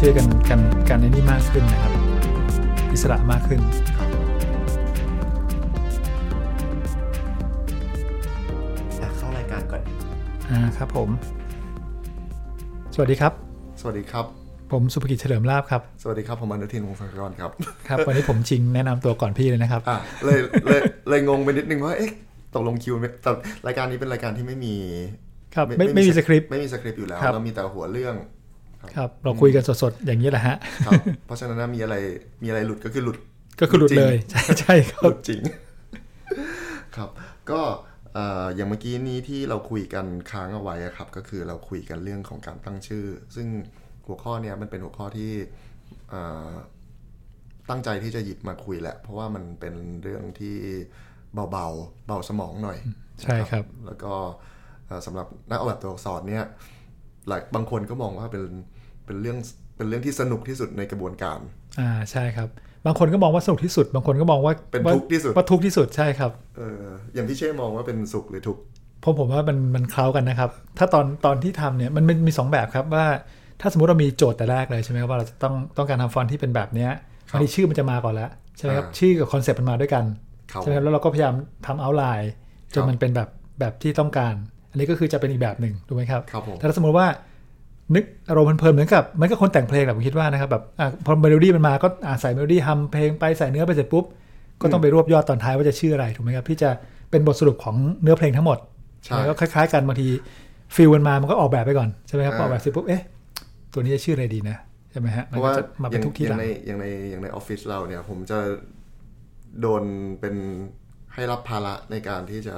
ช่วยกันกันกันในนี่มากขึ้นนะครับ อิสระมากขึ้น อ่ะเข้ารายการก่อน อ่าครับผม สวัสดีครับ สวัสดีครับ ผมสุภกิจเฉลิมลาบครับ สวัสดีครับผมอนุทินวงศ์สังกรครับ ครับ วันนี้ผมชิงแนะนำตัวก่อนพี่เลยนะครับ อ่ะเลย เลยเลยงงไปนิดนึงว่าเอ๊ะตกลงคิวไหมแต่รายการนี้เป็นรายการที่ไม่มี ครับไม่ไม่มีสคริปต์ ไม่มีสคริปต์อยู่แล้ว ครับ เรามีแต่หัวเรื่องครับ ครับ เราคุยกันสดๆ อย่างนี้แหละฮะ ครับ เพราะฉะนั้นนะมีอะไรมีอะไรหลุดก็คือหลุด ก็คือหลุดเลย ใช่ใช่ค ห รั ลุ บ ดจริง ครับ ก็เอ่ออย่างเมื่อกี้นี้ที่เราคุยกันค้างเอาไว้อะครับ ก็คือเราคุยกันเรื่องของการตั้งชื่อ ซึ่งหัวข้อเนี้ยมันเป็นหัวข้อที่เอ่อตั้งใจที่จะหยิบมาคุยแหละ เพราะว่ามันเป็นเรื่องที่เบาๆ เบาสมองหน่อย ใช่ครับ นะแล้วก็เอ่อสำหรับนักออกแบบตัวอักษรเนี่ยหลายบางคนก็มองว่าเป็นเป็นเรื่องเป็นเรื่องที่สนุกที่สุดในกระบวนการ อ่าใช่ครับ บางคนก็มองว่าสนุกที่สุด บางคนก็มองว่า เป็น ว่า ทุกข์ที่สุด ว่าทุกข์ที่สุดใช่ครับ เอออย่างพี่เช่มองว่าเป็นสุขหรือทุกข์ ผมผมว่ามันมันเคล้ากันนะครับ ถ้าตอนตอนที่ทำเนี่ยมันมันมีสองแบบครับว่าถ้าสมมติเรามีโจทย์แต่แรกเลยใช่ไหมครับว่าเราจะต้องต้องการทำฟอนต์ที่เป็นแบบเนี้ย ครับ บางทีชื่อมันจะมาก่อนแล้วใช่ไหมครับ อ่า ชื่อกับคอนเซปต์มันมาด้วยกัน ครับ ใช่ไหมครับแล้วเราก็พยายามทำเอาไลน์จน ครับ มันเป็นแบบแบบที่ต้องการ อันนี้ก็คือจะเป็นอีกแบบหนึ่งถูกไหมครับ ครับผม แต่ถ้าสมมติว่านึกอารมณ์เพลินๆเหมือนกับเหมันก็คนแต่งเพลงแหละผมคิดว่านะครับแบบอ่ะพอเมโลดี้มันมาก็อ่ะใส่เมโลดี้ทำเพลงไปใส่เนื้อไปเสร็จปุ๊บก็ต้องไปรวบยอดตอนท้ายว่าจะชื่ออะไรถูกไหมครับที่จะเป็นบทสรุปของเนื้อเพลงทั้งหมด ใช่ แล้วก็คล้าย ๆ กันบางทีฟิลมันมามันก็ออกแบบไปก่อนใช่ไหมครับ อ่า ออกแบบเสร็จปุ๊บเอ๊ะตัวนี้จะชื่ออะไรดีนะใช่ไหมฮะ เพ มัน ราะ ก็ ว่า จะมา อ เป็น ย่าง ทุกที่ อ หลั ย่าง ง ในอย่างในอย่างในออฟฟิศเราเนี่ย ผมจะโดนเป็นให้รับภาระในการที่จะ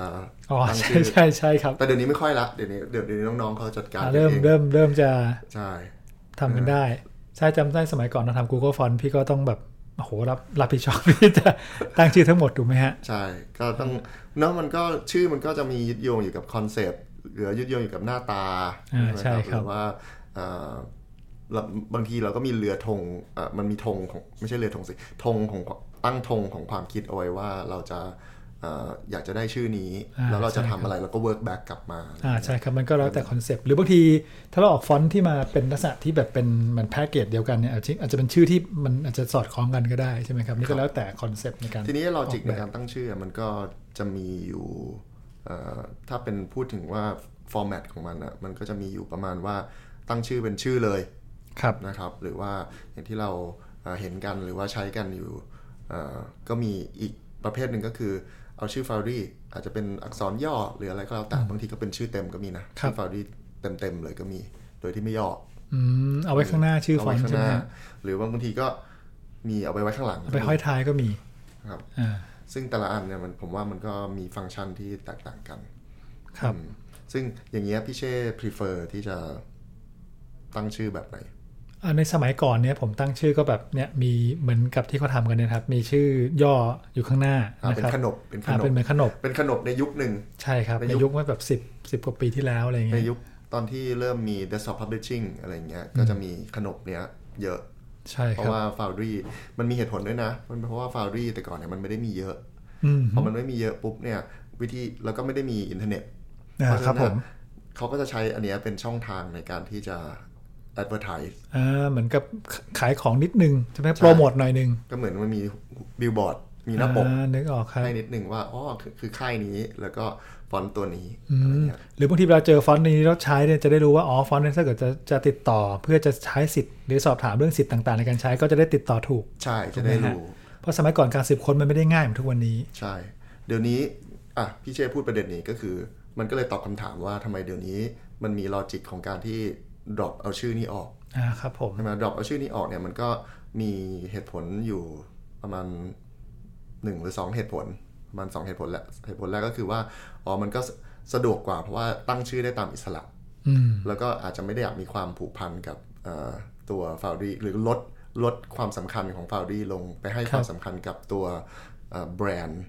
อ๋อ ตั้ง ใช่ ชื่อ ใช่ใช่ครับ แต่เดี๋ยวนี้ไม่ค่อยละเดี๋ยวนี้เดี๋ยวเดี๋ยวนี้น้องๆเขาจัดการ อ่ะ กัน เริ่ม อง เริ่มเริ่มจะ ใช่ ทำกันได้ ใช่จำได้สมัยก่อนเราทำ Google Font พี่ก็ต้องแบบโอ้โหรับรับผิดชอบที่จะตั้งชื่อทั้งหมดถูกไหมฮะ ใช่ก็ต้องเนาะมันก็ชื่อมันก็จะมียึดโยงอยู่กับคอนเซปต์หรือยึดโยงอยู่กับหน้าตา อ่าใช่ ไหม ครับ หรือว่าเอ่อเราบางทีเราก็มีเรือธงอ่ะมันมีธงของไม่ใช่เรือธงสิธงของตั้งธงของความคิดเอาไว้ว่าเราจะเอ่ออยากจะได้ชื่อนี้ อ่า แล้วเราจะ ใช่ค ทำ รับ อะไรเราก็เวิร์กแบ็กกลับมา อ่าใช่ครับ มันก็แล้วแต่คอนเซปต์หรือบางทีถ้าเราออกฟอนต์ที่มาเป็นลักษณะที่แบบเป็นเหมือนแพ็กเกจเดียวกันเนี่ยอาจจะอาจจะเป็นชื่อที่มันอาจจะสอดคล้องกันก็ได้ใช่ไหมครับนี่ ครั ก็ บ แล้วแต่คอนเซปต์ในการ ทีนี้ลอจิก ออกแบ ใน บ การตั้งชื่อมันก็จะมีอยู่เอ่อถ้าเป็นพูดถึงว่าฟอร์แมตของมันอ่ะมันก็จะมีอยู่ประมาณว่าตั้งชื่อเป็นชื่อเลย ครับ นะครับหรือว่าอย่างที่เราเอ่อเห็นกันหรือว่าใช้กันอยู่เอ่อก็มีอีกประเภทหนึ่งก็คือเอาชื่อฟารีอาจจะเป็นอักษรย่อหรืออะไรก็แล้วแต่บางทีก็เป็นชื่อเต็มก็มีนะชื่อฟารีเต็มๆเลยก็มี โดยที่ไม่ย่อ อืมเอาไว้ข้างหน้าชื่อฟ เา อ ไว้ นต์ ข้าง ใช่ ห ไหม น้า ฮะ หรือว่าบางทีก็มีเอาไปไว้ข้างหลัง เอาไปห้อยท้ายก็มี ครับ อ่า ซึ่งแต่ละอันเนี่ยมันผมว่ามันก็มีฟังก์ชันที่แตกต่างกัน ครับ อืมซึ่งอย่างเงี้ยพี่เช่ prefer ที่จะตั้งชื่อแบบไหน อ่าในสมัยก่อนเนี่ยผมตั้งชื่อก็แบบเนี่ยมีเหมือนกับที่เขาทำกันเนี่ยครับ มีชื่อย่ออยู่ข้างหน้า อ่า นะ เป็น ครับ ขนบเป็นขนบ อ่าเป็นเหมือนขนบ เป็นขนบในยุคหนึ่ง ใช่ครับ ใน ใน ยุค ยุคเมื่อแบบสิบสิบกว่าปีที่แล้วอะไรอย่าง ใน เงี้ย ยุคตอนที่เริ่มมี desktop publishing อะไรอย่างเงี้ย ก็จะมีขนบเนี้ยเยอะ ใช่คเพรั ราะ บ ว่า Foundry มันมีเหตุผลด้วยนะ มันเพราะว่า Foundry แต่ก่อนเนี่ยมันไม่ได้มีเยอะ อืม พอมันไม่มีเยอะปุ๊บเนี่ยวิธีแล้วก็ไม่ได้มีอินเทอร์เน็ต อ่า เพาะฉะ ครับ นั้น ผม น่ะเขาก็จะใช้อันเนี้ยเป็นช่องทางในการที่จะ advertise อ่าเหมือนกับขายของนิดนึงใช่ไหมโปรโมทหน่อยนึง ก็เหมือนมันมีบิลบอร์ดมีหน้าปก อ่นึกออกครับ ให้นิดนึงว่าอ๋อคือคือค่ายนี้แล้วก็ฟอนต์ตัวนี้ อื อะไร ม เงี้ย หรือบางทีเราเจอฟอนต์นี้เราใช้เนี่ยจะได้รู้ว่าอ๋อฟอนต์นี้ถ้าเกิดจะจะติดต่อเพื่อจะใช้สิทธิ์หรือสอบถามเรื่องสิทธิ์ต่างๆ ในการใช้ก็จะได้ติดต่อถูก ใช่จะได้ ถูกไหมฮะ รู้ เพราะสมัยก่อนการสืบค้นมันไม่ได้ง่ายเหมือนทุกวันนี้ ใช่ เดี๋ยวนี้อ่ะพี่เชษพูดประเด็นนี้ก็คือ มันก็เลยตอบคำถามว่าทำไมเดี๋ยวนี้มันมีลอจิกของการที่ drop เอาชื่อนี้ออก อ่าครับผม ใช่ไหม drop เอาชื่อนี้ออกเนี่ยมันก็มีเหตุผลอยู่ประมาณหนึ่งหรือสองเหตุผลประมาณสองเหตุผลแหละเหตุผลแรกก็คือว่าอ๋อมันก็สะดวกกว่าเพราะว่าตั้งชื่อได้ตามอิสระ อืม แล้วก็อาจจะไม่ได้อยากมีความผูกพันกับเอ่อตัวฟาวดี้หรือลดลดความสำคัญของฟาวดี้ลงไปให้ความสำคัญกับตัวแบรนด์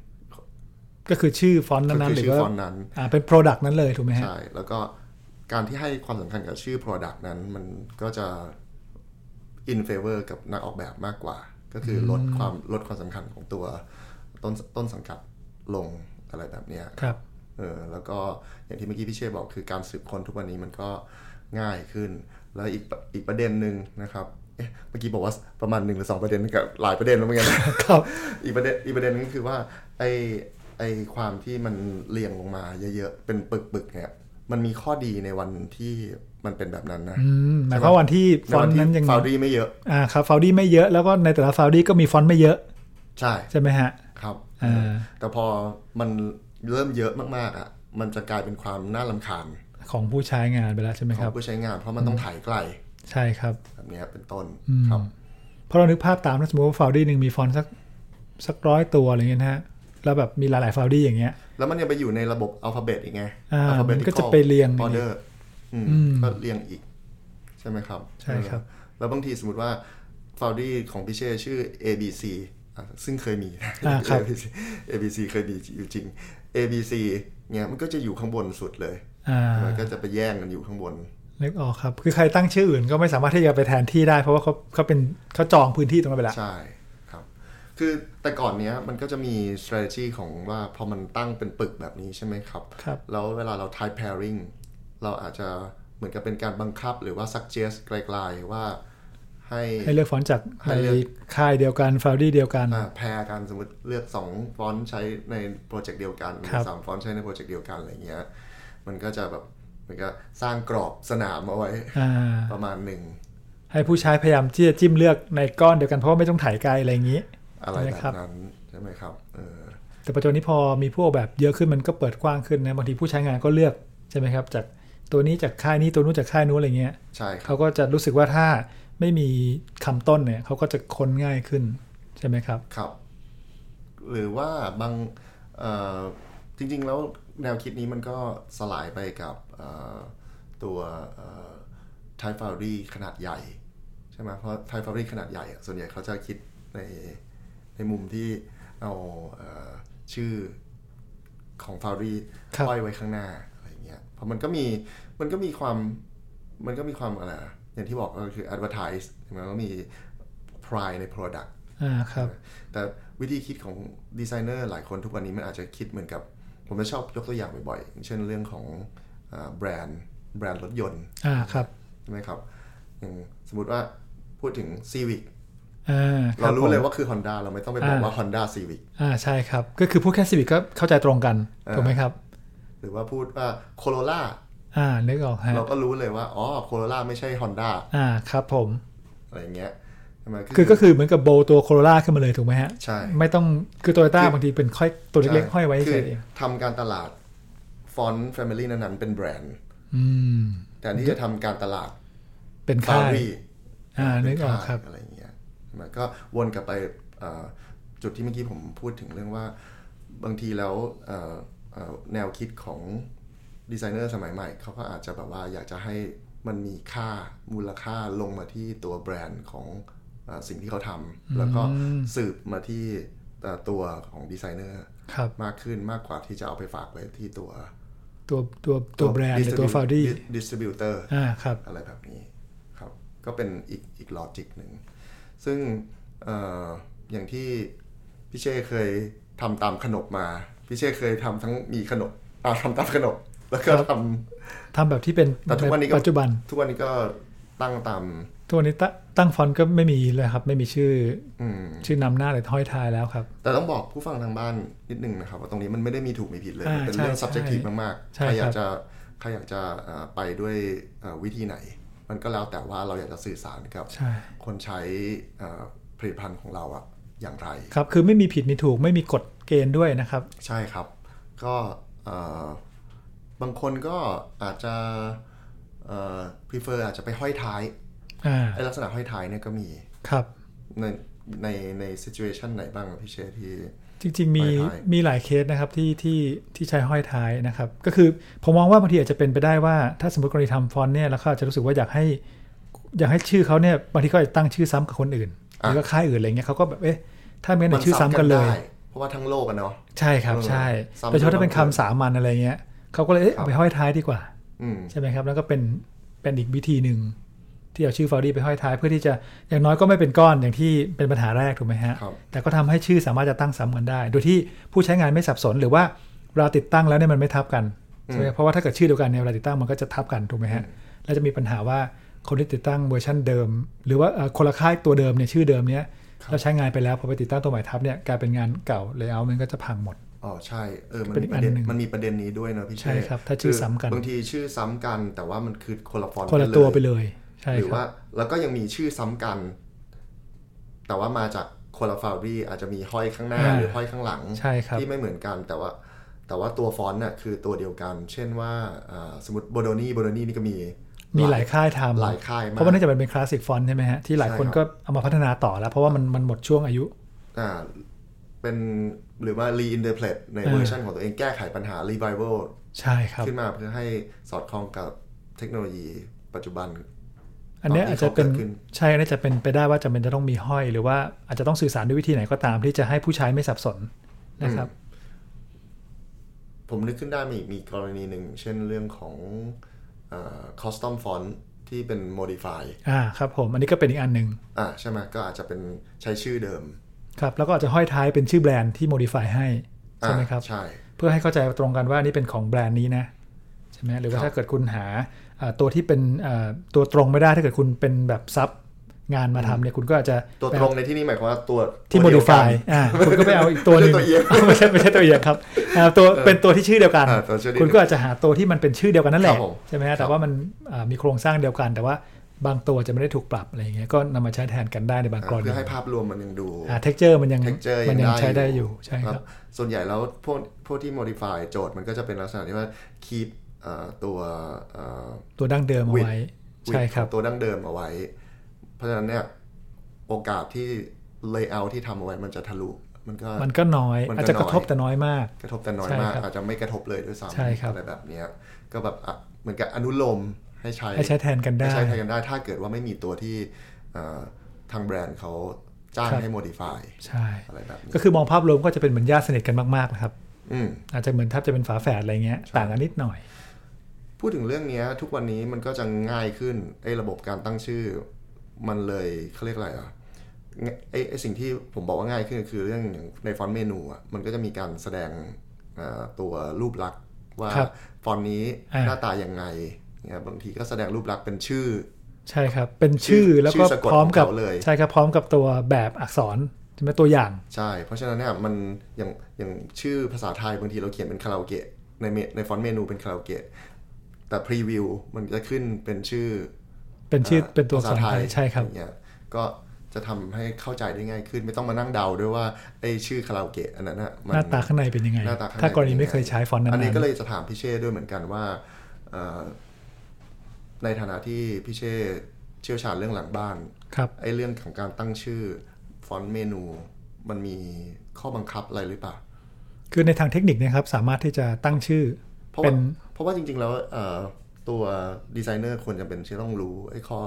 ก็คือชื่อฟอนต์ ก็ นั้นๆคืหรือ ชื่อ ว่า ฟอนต์นั้น อ่าเป็น Product นั้นเลยถูกไหมฮะ ใช่ แล้วก็การที่ให้ความสำคัญกับชื่อ Product นั้น มันก็จะ in favor กับนักออกแบบมากกว่า ก็คือลดความลดความสำคัญของตัวต้นต้นสังกัดลงอะไรแบบเนี้ย ครับ เออแล้วก็อย่างที่เมื่อกี้พี่เชษบอกคือการสืบค้นทุกวันนี้มันก็ง่ายขึ้น แล้วอีกอีกประเด็นหนึ่งนะครับ เอ๊ะเมื่อกี้บอกว่าประมาณหนึ่งหรือสองประเด็นกับหลายประเด็นแล้วเหมือนกัน ครับ อีกประเด็นอีกประเด็นนึงคือว่าไอไอความที่มันเรียงลงมาเยอะๆเป็นปึกๆเนี่ยมันมีข้อดีในวันที่มันเป็นแบบนั้นนะ อืมหมายความว่าวันที่ฟอนต์นั้นยัง ฟาวดี้ไม่เยอะ อ่าครับฟาวดี้ไม่เยอะแล้วก็ในแต่ละฟาวดี้ก็มีฟอนต์ไม่เยอะ ใช่ ใช่ไหมฮะ ครับ อ่า แต่พอมันเริ่มเยอะมากๆอ่ะมันจะกลายเป็นความน่าลำคาญ ของผู้ใช้งานไปแล้วใช่ไหม ข ค อ รั ง บ ผู้ใช้งาน เพราะมันต้องถ่ายไกล ใช่ครับ แบบเนี้ยเป็นต้น อืม ครับ เพราะเรานึกภาพตามนะสมมติว่าฟาวดี้หนึ่งมีฟอนต์สักสักร้อยตัวอะไรเงี้ยนะฮะแล้วแบบมีหลายๆฟาวดี้อย่างเงี้ย แล้วมันยังไปอยู่ในระบบอัลฟาเบตอีกไง อ่า alphabetical มันก็จะไปเรียงอย่างนี้ order อืม อืม ก็เรียงอีก ใช่ไหมครับ ใช่ครับ เออแล้วบางทีสมมติว่าฟาวดี้ของพี่เช่ชื่อ ABC อ่ะซึ่งเคยมีนะ อ่าครับ ABC ABC เคยมีอยู่จริง ABC เนี่ยมันก็จะอยู่ข้างบนสุดเลย อ่า มันก็จะไปแย่งกันอยู่ข้างบน นึกออกครับ คือใครตั้งชื่ออื่นก็ไม่สามารถที่จะไปแทนที่ได้ เพราะว่าเขาเขาเป็นเขาจองพื้นที่ตรงนั้นไปแล้ว ใช่ครับ คือแต่ก่อนเนี้ยมันก็จะมี strategy ของว่าพอมันตั้งเป็นปึกแบบนี้ใช่ไหมครับ ครับ แล้วเวลาเรา type pairing เราอาจจะเหมือนกับเป็นการบังคับหรือว่า suggest ไกลๆว่าให้ ให้เลือกฟอนต์จาก ให้ ใน เลือก ค่ายเดียวกันฟาวดี้เดียวกัน อ่าแพรกันสมมติเลือก 2 ฟอนต์ใช้ในโปรเจกต์เดียวกันหรื ครั อบ สามฟอนต์ใช้ในโปรเจกต์เดียวกันอะไรเงี้ย มันก็จะแบบเหมันก็สร้างกรอบสนามเอาไว้ อ่า ประมาณหนึ่ง ให้ผู้ใช้พยายามที่จะจิ้มเลือกในก้อนเดียวกันเพราะว่าไม่ต้องถ่ายไกลอะไรอย่างนี้ อะไรแบ ใช่ครับ บ นั้นใช่ไหมครับเออ แต่ปัจจุบันนี้พอมีพวกแบบเยอะขึ้นมันก็เปิดกว้างขึ้นนะบางทีผู้ใช้งานก็เลือกใช่ไหมครับ จากตัวนี้จากค่ายนี้ตัวนู้นจากค่ายนู้นอะไรเงี้ย ใช่ครับ เขาก็จะรู้สึกว่าถ้าไม่มีคำต้นเนี่ยเขาก็จะค้นง่ายขึ้นใช่ไหมครับ ครับ หรือว่าบางเอ่อจริง ๆ แล้วแนวคิดนี้มันก็สลายไปกับเอ่อตัวไทฟาวรี่อ Thai Foundry ขนาดใหญ่ ใช่ไหมเพราะไทฟาวรี่ขนาดใหญ่อะส่วนใหญ่เขาจะคิดในในมุมที่เอาเอ่อชื่อของฟาวรี่ ครับ ห้อยไว้ข้างหน้าอะไรอย่างเงี้ยเพราะมันก็มีมันก็มีความมันก็มีความอะไรอะอย่างที่บอกก็คือ advertise ใช่ไหมก็มี pride ใน product อ่าครับ แต่วิธีคิดของดีไซเนอร์หลายคนทุกวันนี้มันอาจจะคิดเหมือนกับ ผมจะชอบยกตัวอย่างบ่อยๆอย่างเช่นเรื่องของอาแบรนด์แบรนด์รถยนต์ อ่าครับ ใช่ไหมครับอย่างสมมติว่าพูดถึง Civic อ่าค เรา บ รู้เลย ผม ว่าคือ Honda เราไม่ต้องไปบอก อ่า ว่า Honda Civic อ่าใช่ครับ ก็คือพูดแค่สิบิก็เข้าใจตรงกันถูกไหมครับ หรือว่าพูดว่า Corolla อ่านึกออกฮะ เราก็รู้เลยว่าอ๋อ Corolla ไม่ใช่ Honda อ่าครับผม อะไรอย่างเงี้ยใช่ไหม คือก็คือเหมือนกับโบตัวโคโรล่าขึ้นมาเลยถูกไหมฮะ ใช่ ไม่ต้องคือโตโยต้าบางทีเป็นค่อยตัวเล็กๆห้อยไว้ คื เฉ อย ๆเอง ทำการตลาดฟอนต์ Family นั้นๆเป็นแบรนด์ อืม แต่ที่จะทำการตลาด เป็น ฟา ค่าย วี อ่านึกออกครับ อะไรอย่างเงี้ยมันก็วนกลับไปเอ่อจุดที่เมื่อกี้ผมพูดถึงเรื่องว่าบางทีแล้วเอ่อเอ่อแนวคิดของดีไซเนอร์สมัยใหม่เขาก็อาจจะแบบว่าอยากจะให้มันมีค่ามูลค่าลงมาที่ตัวแบรนด์ของเออสิ่งที่เขาทำแล้วก็สืบมาที่เอ่อตัวของดีไซเนอร์ ครับ มากขึ้นมากกว่าที่จะเอาไปฝากไว้ที่ตัว ตัวตัวตัวแบรนด์หรือตัวฟาวดี้ ดิสติบิวเตอร์ อ่าครับ อะไรแบบนี้ครับ ก็เป็นอีกอีกลอจิกหนึ่ง ซึ่งเอออย่างที่พี่เช่เคยทำตามขนบมา พี่เช่เคยทำทั้งมีขนบอ่าทำตามขนบ แล้วก็ ครับ ท ทำแบบที่เป็น แต่ทุกวันนี้ก็ ปัจจุบัน ำทุกวันนี้ก็ตั้งตาม ทุกวันนี้ตตั้งฟอนต์ก็ไม่มีเลยครับ ไม่มีชื่อ อืม ชื่อนำหน้าหรือห้อยท้ายแล้วครับ แต่ต้องบอกผู้ฟังทางบ้านนิดนึงนะครับ ว่าตรงนี้มันไม่ได้มีถูกมีผิดเลย อ่า มันเป็นเรื่อง ใช่ subjective มากๆ ใช่ ใครอคยารั ก บ จะใครอยากจะเอ่อไปด้วยเอ่อวิธีไหน มันก็แล้วแต่ว่าเราอยากจะสื่อสารกับ ใช่ คนใช้เอ่อผลิตภัณฑ์ของเราอะอย่างไร ครับ คือไม่มีผิดมีถูกไม่มีกฎเกณฑ์ด้วยนะครับ ใช่ครับ ก็เอ่อบางคนก็อาจจะเอ่อ prefer อาจจะไปห้อยท้าย อ่า ไอลักษณะห้อยท้ายเนี่ยก็มี ครับ ในในใน situation ไหนบ้างอะพี่เชษที่ จริงๆ มี ห้อยท้าย มีหลายเคสนะครับที่ที่ที่ใช้ห้อยท้ายนะครับ ก็คือผมมองว่าบางทีอาจจะเป็นไปได้ว่า ถ้าสมมติกรณีทำฟอนต์เนี่ยแล้วเขาอาจจะรู้สึกว่าอยากให้ อยากให้ชื่อเขาเนี่ยบางทีเขาอาจจะตั้งชื่อซ้ำกับคนอื่นหรือก็ค่ายอื่นอะไรเงี้ยเขาก็แบบเอ๊ะถ้าไม่งั้น มั เอาชื่อซ้ำกันเลย ได้เพราะว่าทั้งโลกอะเนาะ ใช่ครับ เออ ใช่ ซ้ำ โดยเฉพาะถ้าเป็น กั คำ น สามัญอะไรเงี้ยเขาก็เลยเอ๊ะเอาไปห้อยท้ายดีกว่า อืม ใช่ไหมครับ แล้วก็เป็นเป็นอีกวิธีหนึ่งที่เอาชื่อฟาวดี้ไปห้อยท้ายเพื่อที่จะอย่างน้อยก็ไม่เป็นก้อนอย่างที่เป็นปัญหาแรกถูกไหมฮะ ครับ แต่ก็ทำให้ชื่อสามารถจะตั้งซ้ำกันได้ โดยที่ผู้ใช้งานไม่สับสนหรือว่าเราติดตั้งแล้วเนี่ยมันไม่ทับกันใช่ไหมเพราะว่าถ้าเกิดชื่อเดียวกันเนี่ยเวลาติดตั้งมันก็จะทับกันถูกไหมฮะแล้วจะมีปัญหาว่า คนที่ติดตั้งเวอร์ชันเดิม หรือว่าเอ่อคนละค่ายตัวเดิมเนี่ยชื่อเดิมเนี่ย ครับ เราใช้งานไปแล้วพอไปติดตั้งตัวใหม่ทับเนี่ยกลายเป็นงานเก่าเลยเอามันก็จะพังหมด อ๋อใช่เออมัน เป็น มี อีก ประเด็อันนหนึ่ง มันมีประเด็นนี้ด้วยเนอะพี่เ ใช่ครับถ้าชื่อ คื ซ้ำกัน บางทีชื่อซ้ำกัน แต่ว่ามันคือคนละฟอนต์ คนละ กั ตัวไปเลยใช่ หรือ ครั ว่า บ แล้วก็ยังมีชื่อซ้ำกัน แต่ว่ามาจากคนละฟารีอาจจะมีห้อยข้างหน้าหรือห้อยข้างหลัง ใช่ครับ ที่ไม่เหมือนกันแต่ว่า แต่ว่าตัวฟอนต์น่ะคือตัวเดียวกัน เช่นว่าอ่าสมมติโบโดนี่โบโดนี่นี่ก็มี มีหลายค่ายทำ หลายค่ายมาก เพราะว่าเนื่องจากมันเป็นคลาสสิกฟอนต์ใช่ไหมฮะที่หลาย ใช่ คน ครับ ก็เอามาพัฒนาต่อแล้ว เพราะว่ามันมันหมดช่วงอายุ อ่าเป็นหรือว่า reinterpret ใน เออ เวอร์ชันของตัวเองแก้ไขปัญหา revival ใช่ครับ ขึ้นมาเพื่อให้สอดคล้องกับเทคโนโลยีปัจจุบัน อันเนี้ย ตอนอาที่จจะเป็น เขาเกิดขึ้น ใช่อันเนี้ยจะเป็นไปได้ว่าจำเป็นจะต้องมีห้อย หรือว่าอาจจะต้องสื่อสารด้วยวิธีไหนก็ตามที่จะให้ผู้ใช้ไม่สับสนนะครับ ผมนึกขึ้นได้มีมีกรณีหนึ่ง เช่นเรื่องของคอสตอมฟอนต์ที่เป็น modify อ่าครับผมอันนี้ก็เป็นอีกอันหนึ่ง อ่าใช่ไหมก็อาจจะเป็นใช้ชื่อเดิม ครับแล้วก็อาจจะห้อยท้ายเป็นชื่อแบรนด์ที่ modify ให้ใช่ไหมครับ อ่าใช่ เพื่อให้เข้าใจตรงกันว่านี่เป็นของแบรนด์นี้นะใช่ไหมหรือว่า ครับ ถ้าเกิดคุณหาอ่าตัวที่เป็นอ่าตัวตรงไม่ได้ถ้าเกิดคุณเป็นแบบซับงานมาทำเนี่ยคุณก็อาจจะ ตัว ไป ตร หา งในที่นี่หมายความว่าตัว ที่ ตัวเดีวกัน modify อ่าคุณก็ไปเอาอีกตัวหนึ่ง ไม่ใช่ตัวเอียง ไม่ใช่ไม่ใช่ตัวเอียงครับอ่าตัวเป็นตัวที่ชื่อเดียวกัน อ่าตัวชื่อเดียวกัน คุณก็อาจจะหาตัวที่มันเป็นชื่อเดียวกันนั่นแห ค ละ รับผม ใช่ไหมฮะ ครั แต่ บ ว่ามันอ่ามีโครงสร้างเดียวกัน แต่ว่าบางตัวจะไม่ได้ถูกปรับอะไรอย่างเงี้ยก็นำมาใช้แทนกันได้ในบาง อ่าก รณี เพื่อให้ภาพรวมมันยังดู อ่า texture มันยัง texture มั ยัง ยัง ได้ ใช้ได้อยู่ใช่ครับ ส่วนใหญ่แล้วพวกพวกที่ modify โจทย์มันก็จะเป็นลักษณะที่ว่า keep เอ่อตัวเอ่อ ตัวดั้งเดิมเอา width ไว้ width ใช่ครับ ของตัวดั้งเดิมเอาไว้ เพราะฉะนั้นเนี่ยโอกาสที่ layout ที่ทำเอาไว้มันจะทะลุ มันก็ มันก็น้อย มันก็ อาจจะกระทบ น้อย แต่น้อยมาก กระทบแต่น้อย ใช่ มาก ครับ อาจจะไม่กระทบเลยด้วยซ้ ใช่ครั ำ บ อะไรแบบเนี้ยก็แบบอ่ะเหมือนกับอนุโลมให้ใช้ ให้ใช้แทนกันได้ ให้ใช้แทนกันได้ ถ้าเกิดว่าไม่มีตัวที่เอ่อทางแบรนด์เขาจ้าง ครับ ให้ modify ใช่ อะไรแบบนี้ ก็คือมองภาพรวมก็จะเป็นเหมือนญาติสนิทกันมากๆนะครับ อืม อาจจะเหมือนแทบจะเป็นฝาแฝดอะไรเงี้ยต่างกันนิดหน่อย พูดถึงเรื่องเนี้ยทุกวันนี้มันก็จะง่ายขึ้นไอ้ระบบการตั้งชื่อ มันเลยเขาเรียกอะไรอ่ะงไอ้ไอ้สิ่งที่ผมบอกว่าง่ายขึ้นคือเรื่องอย่างในฟอนต์เมนูอ่ะมันก็จะมีการแสดงเอ่อตัวรูปลักษณ์ว่า ครับ ฟอนต์นี้ อ่า หน้าตายังไงเนี่ยบางทีก็แสดงรูปลักษณ์เป็นชื่อ ใช่ครับ เป็นชื่อ ชื่อ แล้วก็ ชื่อสะกด พร้อมกับ ของเขาเลย ใช่ครับพร้อมกับตัวแบบอักษรใช่ไหมตัวอย่าง ใช่ เพราะฉะนั้นเนี่ยมันอย่างอย่างชื่อภาษาไทยบางทีเราเขียนเป็นคาราโอเกะในเมในฟอนต์เมนูเป็นคาราโอเกะแต่พรีวิวมันจะขึ้นเป็นชื่อ เป็นชื่อเป็นตัวอักษร ภาษา ไทยใช่ครับ อย่างเงี้ยก็จะทำให้เข้าใจได้ง่ายขึ้น ไม่ต้องมานั่งเดาด้วยว่าไอ้ชื่อคาราโอเกะอันนั้นน่ะมั หน้าตาข้างในเป็นยังไง หน้าตาข้งใน ถ้ากรณีไม่เคยใช้ฟอนต์นั้น อันนี้ก็ ๆ เลยจะถามพี่เช่ด้วยเหมือนกันว่าเอ่อในฐานะที่พี่เช่เชี่ยวชาญเรื่องหลังบ้าน ครับ ไอ้เรื่องของการตั้งชื่อฟอนต์เมนู มันมีข้อบังคับอะไรหรือเปล่า คือในทางเทคนิคเนะครับสามารถที่จะตั้งชื่อ เพราะ เป็ ว่าน เพราะว่าจริงๆแล้วเอ่อตัวดีไซเนอร์ควรจะเป็นที่ต้องรู้ไอ้ข้อ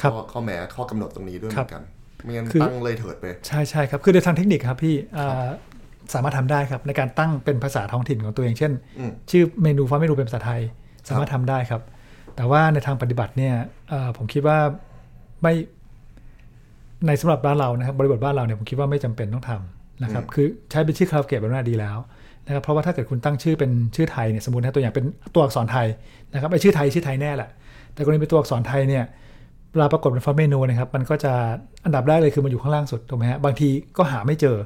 ครับ ข้อข้อแม้ข้อกำหนดตรงนี้ด้วยเหมือนกัน ไม่งั้น คือ ตั้งเลยเถิดไป ใช่ใช่ครับ คือในทางเทคนิคครับพี่อ่าสามารถทำได้ครับ ในการตั้งเป็นภาษาท้องถิ่นของตัวเอง เช่น อืม ชื่อเมนูฟอนต์เมนูเป็นภาษาไทย สามารถทำได้ครับ แต่ว่าในทางปฏิบัติเนี่ยเอ่อผมคิดว่าไม่ในสำหรับบ้านเรานะครับบริบทบ้านเราเนี่ยผมคิดว่าไม่จำเป็นต้องทำนะครับ คือใช้เป็นชื่อคาราโอเกะแบบนั้นดีแล้วนะครับเพราะว่าถ้าเกิดคุณตั้งชื่อเป็นชื่อไทยเนี่ยสมมตินะตัวอย่างเป็นตัวอักษรไทยนะครับไอชื่อไทยชื่อไทยแน่แหละแต่กรณีเป็นตัวอักษรไทยเนี่ย เวลาปรากฏเป็นฟอนต์เมนูนะครับ มันก็จะอันดับแรกเลยคือมันอยู่ข้างล่างสุดถูกไหมฮะบางทีก็หาไม่เจอ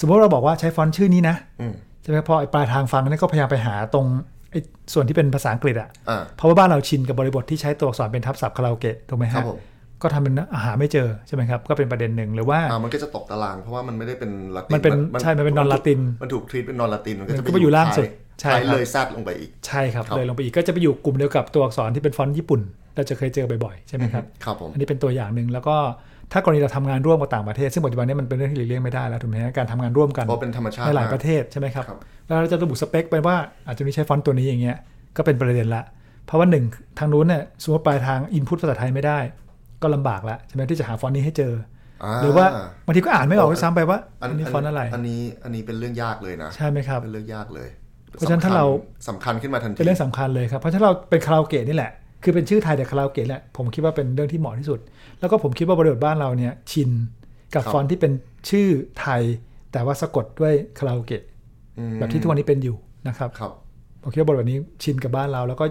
สมมติเราบอกว่าใช้ฟอนต์ชื่อนี้นะ อืม ใช่ไหมพอไอ้ปลายทางฟังเนี่ยก็พยายามไปหาตรงไอ้ส่วนที่เป็นภาษาอังกฤษอะ อ่า เพราะว่าบ้านเราชินกับบริบทที่ใช้ตัวอักษรเป็นทับศัพท์คาราโอเกะถูกไหม ครั ฮะ บผม ก็ทำเป็นหาไม่เจอใช่ไหมครับก็เป็นประเด็นหนึ่งหรือว่า อ่ามันก็จะตกตารางเพราะว่ามันไม่ได้เป็นลาติน มันเป็นใช่มันเป็น ถูก non-Latin มันถูกทรีตเป็นนอนลาตินมันก็ มั จะ นก็ไปอยู่ล่างสุดใช่ ใช่ ครับ เลยแซดลงไปอีก ใช่ครับ ครับ เลยลงไปอีกก็จะไปอยู่กลุ่มเดียวกับตัวอักษรที่เป็นฟอนต์ญี่ปุ่นเราจะเคยเจอบ่อยๆใช่ไหมครับ ครับผม อันนี้เป็นตัวอย่างหนึ่งแล้วก็ถ้ากรณีเราทำงานร่วมกับต่างประเทศ ซึ่งปัจจุบันนี้มันเป็นเรื่องที่หลีกเลี่ยงไม่ได้แล้วถูกไหมฮะการทำงานร่วมกัน เพราะเป็นธรรมชาติ ในหลาย มก ประเทศใช่ไหมครับ ครับ แล้วเราจะระบุสเปคไปว่าอาจจะไม่ใช้ฟอนต์ตัวนี้อย่างเงี้ยก็เป็นประเด็นละ เพราะว่าหนึ่งทางนู้นเนี่ยสมมติปลายทางอินพุตภาษาไทยไม่ได้ ก็ลำบากละใช่ไหมที่จะหาฟอนต์นี้ให้เจออหรือว่าบางทีก็อ่านไม่ออกด้วยซ้ำไปว่าอันนี้ฟอนต์อะไร อันนี้อันนี้เป็นเรื่องยากเลยนะ ใช่ไหมครับ เป็นเรื่องยากเลย เพราะฉะนั้นถ้าเรา สำคัญสำคัญขึ้นมาทันที เป็นเรื่องสำคัญเลยครับ เพราะถ้าเราเป็นคาราโอเกะนี่แหละ คือเป็นชื่อไทยแต่คาราโอเกะแหละ ผมคิดว่าเป็นเรื่องที่เหมาะที่สุด แล้วก็ผมคิดว่าบริบทบ้านเราเนี่ยชินกับฟอนต์ที่เป็นชื่อไทย แต่ว่าสะกดด้วยคาราโอเกะ อืม แบบที่ทุกวันนี้เป็นอยู่นะครับ ครับ ผมคิดว่าบริบทนี้ชินกับบ้านเราแล้วก็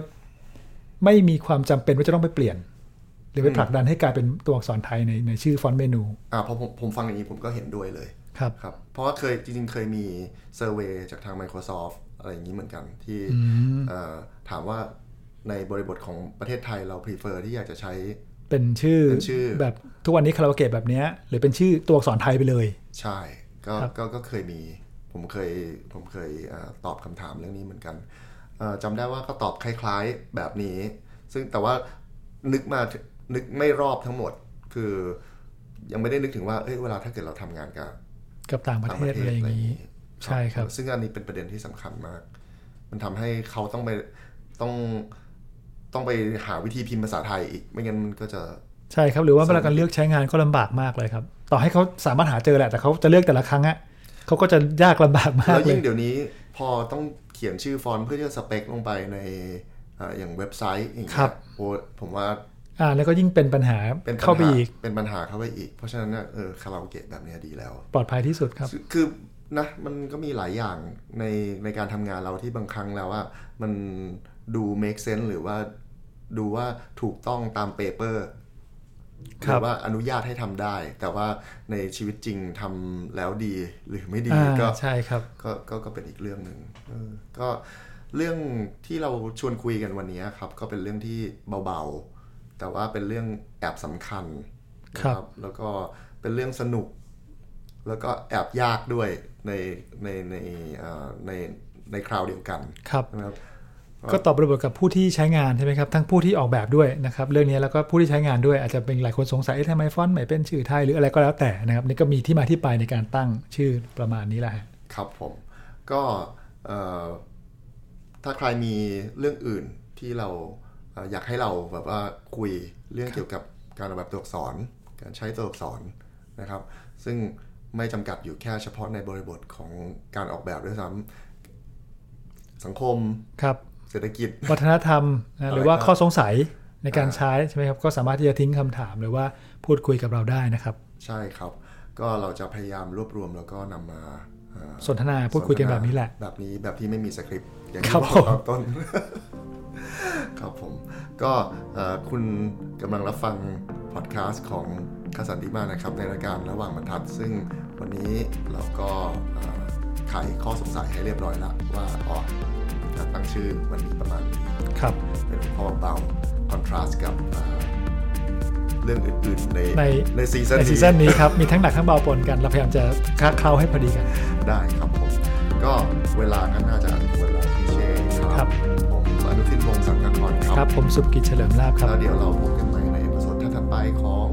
ไม่มีความจำเป็นว่าจะต้องไปเปลี่ยน หรือไปผลักดันให้กลายเป็นตัวอักษรไทยในในชื่อฟอนต์เมนู อ่าพอผมผมฟังอย่างนี้ผมก็เห็นด้วยเลย ครับ ครับ เพราะว่าเคยจริงๆ เคยมีเซอร์เวยจากทาง Microsoft อะไรอย่างนี้เหมือนกันที่เอ่อถามว่าในบริบทของประเทศไทยเรา prefer ที่อยากจะใช้ เป็นชื่อ เป็นชื่อ แบบทุกวันนี้คาราโอเกะแบบเนี้ยหรือเป็นชื่อตัวอักษรไทยไปเลย ใช่ก็ ครับ ก็ก็เคยมีผมเคยผมเคยเออตอบคำถามเรื่องนี้เหมือนกันเอ่อจำได้ว่าก็ตอบคล้ายๆแบบนี้ ซึ่งแต่ว่านึกมานึกไม่รอบทั้งหมด คือยังไม่ได้นึกถึงว่าเอ้ยเวลาถ้าเกิดเราทำงานกับ กับต่างประเทศอะไรอย่างนี้ ใช่ครับ ซึ่งอันนี้เป็นประเด็นที่สำคัญมาก มันทำให้เขาต้องไปต้องต้องไปหาวิธีพิมพ์ภาษาไทยอีก ไม่งั้นมันก็จะ ใช่ครับ หรือว่าเวลาการเลือกใช้งานก็ลำบากมากเลยครับ ต่อให้เขาสามารถหาเจอแหละแต่เขาจะเลือกแต่ละครั้งอะเขาก็จะยากลำบากมาก แล้ว เล ยิ่ ย งเดี๋ยวนี้พอต้องเขียนชื่อฟอนต์เพื่อที่จะสเปคลงไปในเอ่ออย่างเว็บไซต์อย่างเงี้ ครั ย บ โอ้ผมว่า อ่าแล้วก็ยิ่งเป็นปัญหา เป็นญห เข้าไปอีก เป็นปัญหาเข้าไปอีก เพราะฉะนั้นเนี่ยเออคาราโอเกะแบบเนี้ยดีแล้ว ปลอดภัยที่สุดครับ คือคือนะมันก็มีหลายอย่างในในการทำงานเราที่บางครั้งแล้วว่า มันดู make sense หรือว่าดูว่าถูกต้องตามเปเปอร์ห ครั รื บ ว่าอนุญาตให้ทำได้ แต่ว่าในชีวิตจริงทำแล้วดีหรือไม่ดี อ่า ก็ ใช่ครับ ก็ก็ก็เป็นอีกเรื่องหนึ่งเออก็เรื่องที่เราชวนคุยกันวันนี้ครับ ก็เป็นเรื่องที่เบาๆ แต่ว่าเป็นเรื่องแอบสำคัญนะครับ แล้วก็เป็นเรื่องสนุก แล้วก็แอบยากด้วยในในในเอ่อในในคราวเดียวกัน ครับ นะครับ ก็ตอบบริบทกับผู้ที่ใช้งานใช่ไหมครับทั้งผู้ที่ออกแบบด้วยนะครับเรื่องนี้แล้วก็ผู้ที่ใช้งานด้วยอาจจะเป็นหลายคนสงสัยเอ๊ะทำไมฟอนต์ไม่เป็นชื่อไทยหรืออะไรก็แล้วแต่นะครับนี่ก็มีที่มาที่ไปในการตั้งชื่อประมาณนี้แหละฮะ ครับผม ก็เอ่อถ้าใครมีเรื่องอื่นที่เราเอ่ออยากให้เราแบบว่าคุยเรื่องเกี่ยวกับการออกแบบตัวอักษร การใช้ตัวอักษรนะครับ ซึ่งไม่จำกัดอยู่แค่เฉพาะในบริบทของการออกแบบด้วยซ้ำสังคม ครับ เศรษฐกิจ วัฒนธรรมนะหรือว่า อะไรครับ ข้อสงสัยในการใช้ใช่ไหมครับก็สามารถที่จะทิ้งคำถามหรือว่าพูดคุยกับเราได้นะครับ ใช่ครับ ก็เราจะพยายามรวบรวมแล้วก็นำมาเอ่อ สนทนาพูดคุยกันแบบนี้แหละ แบบนี้แบบที่ไม่มีสคริปต์อย่าง ครับที่บอก ผม ตอนต้น ครับผม ก็เอ่อคุณกำลังรับฟังพอดแคสต์ของคาสันติมานะครับ ในรายการระหว่างบรรทัด ซึ่งวันนี้เราก็เอ่อไขข้อสงสัยให้เรียบร้อยละว่าอ๋อการตั้งชื่อมันมีประมาณนี้ ครับ เป็นข้อเบาคอนทราสต์กับเอ่อเรื่องอื่นๆใน ใน ในซีซั่น ในซี นี้ ซั่นนี้ครับ มีทั้งหนักทั้งเบาปนกัน เราพยายามจะคลาเคล้าให้พอดีกัน ได้ครับผม ก็เวลาก็น่าจะหมดแล้วพี่เชษค ครั รับ บ ผมอนุทินวงศ์สังกักรค ค รั รับ บ ผมสุกิจเฉลิมลาบครับ แล้วเดี๋ยวเราพบกันใหม่ในเอพิโซดถัดๆไปของ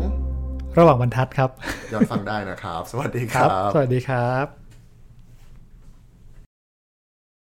ระหว่างบรรทัดครับ ย้อนฟังได้นะครับ สวัสดีครับ สวัสดีครับ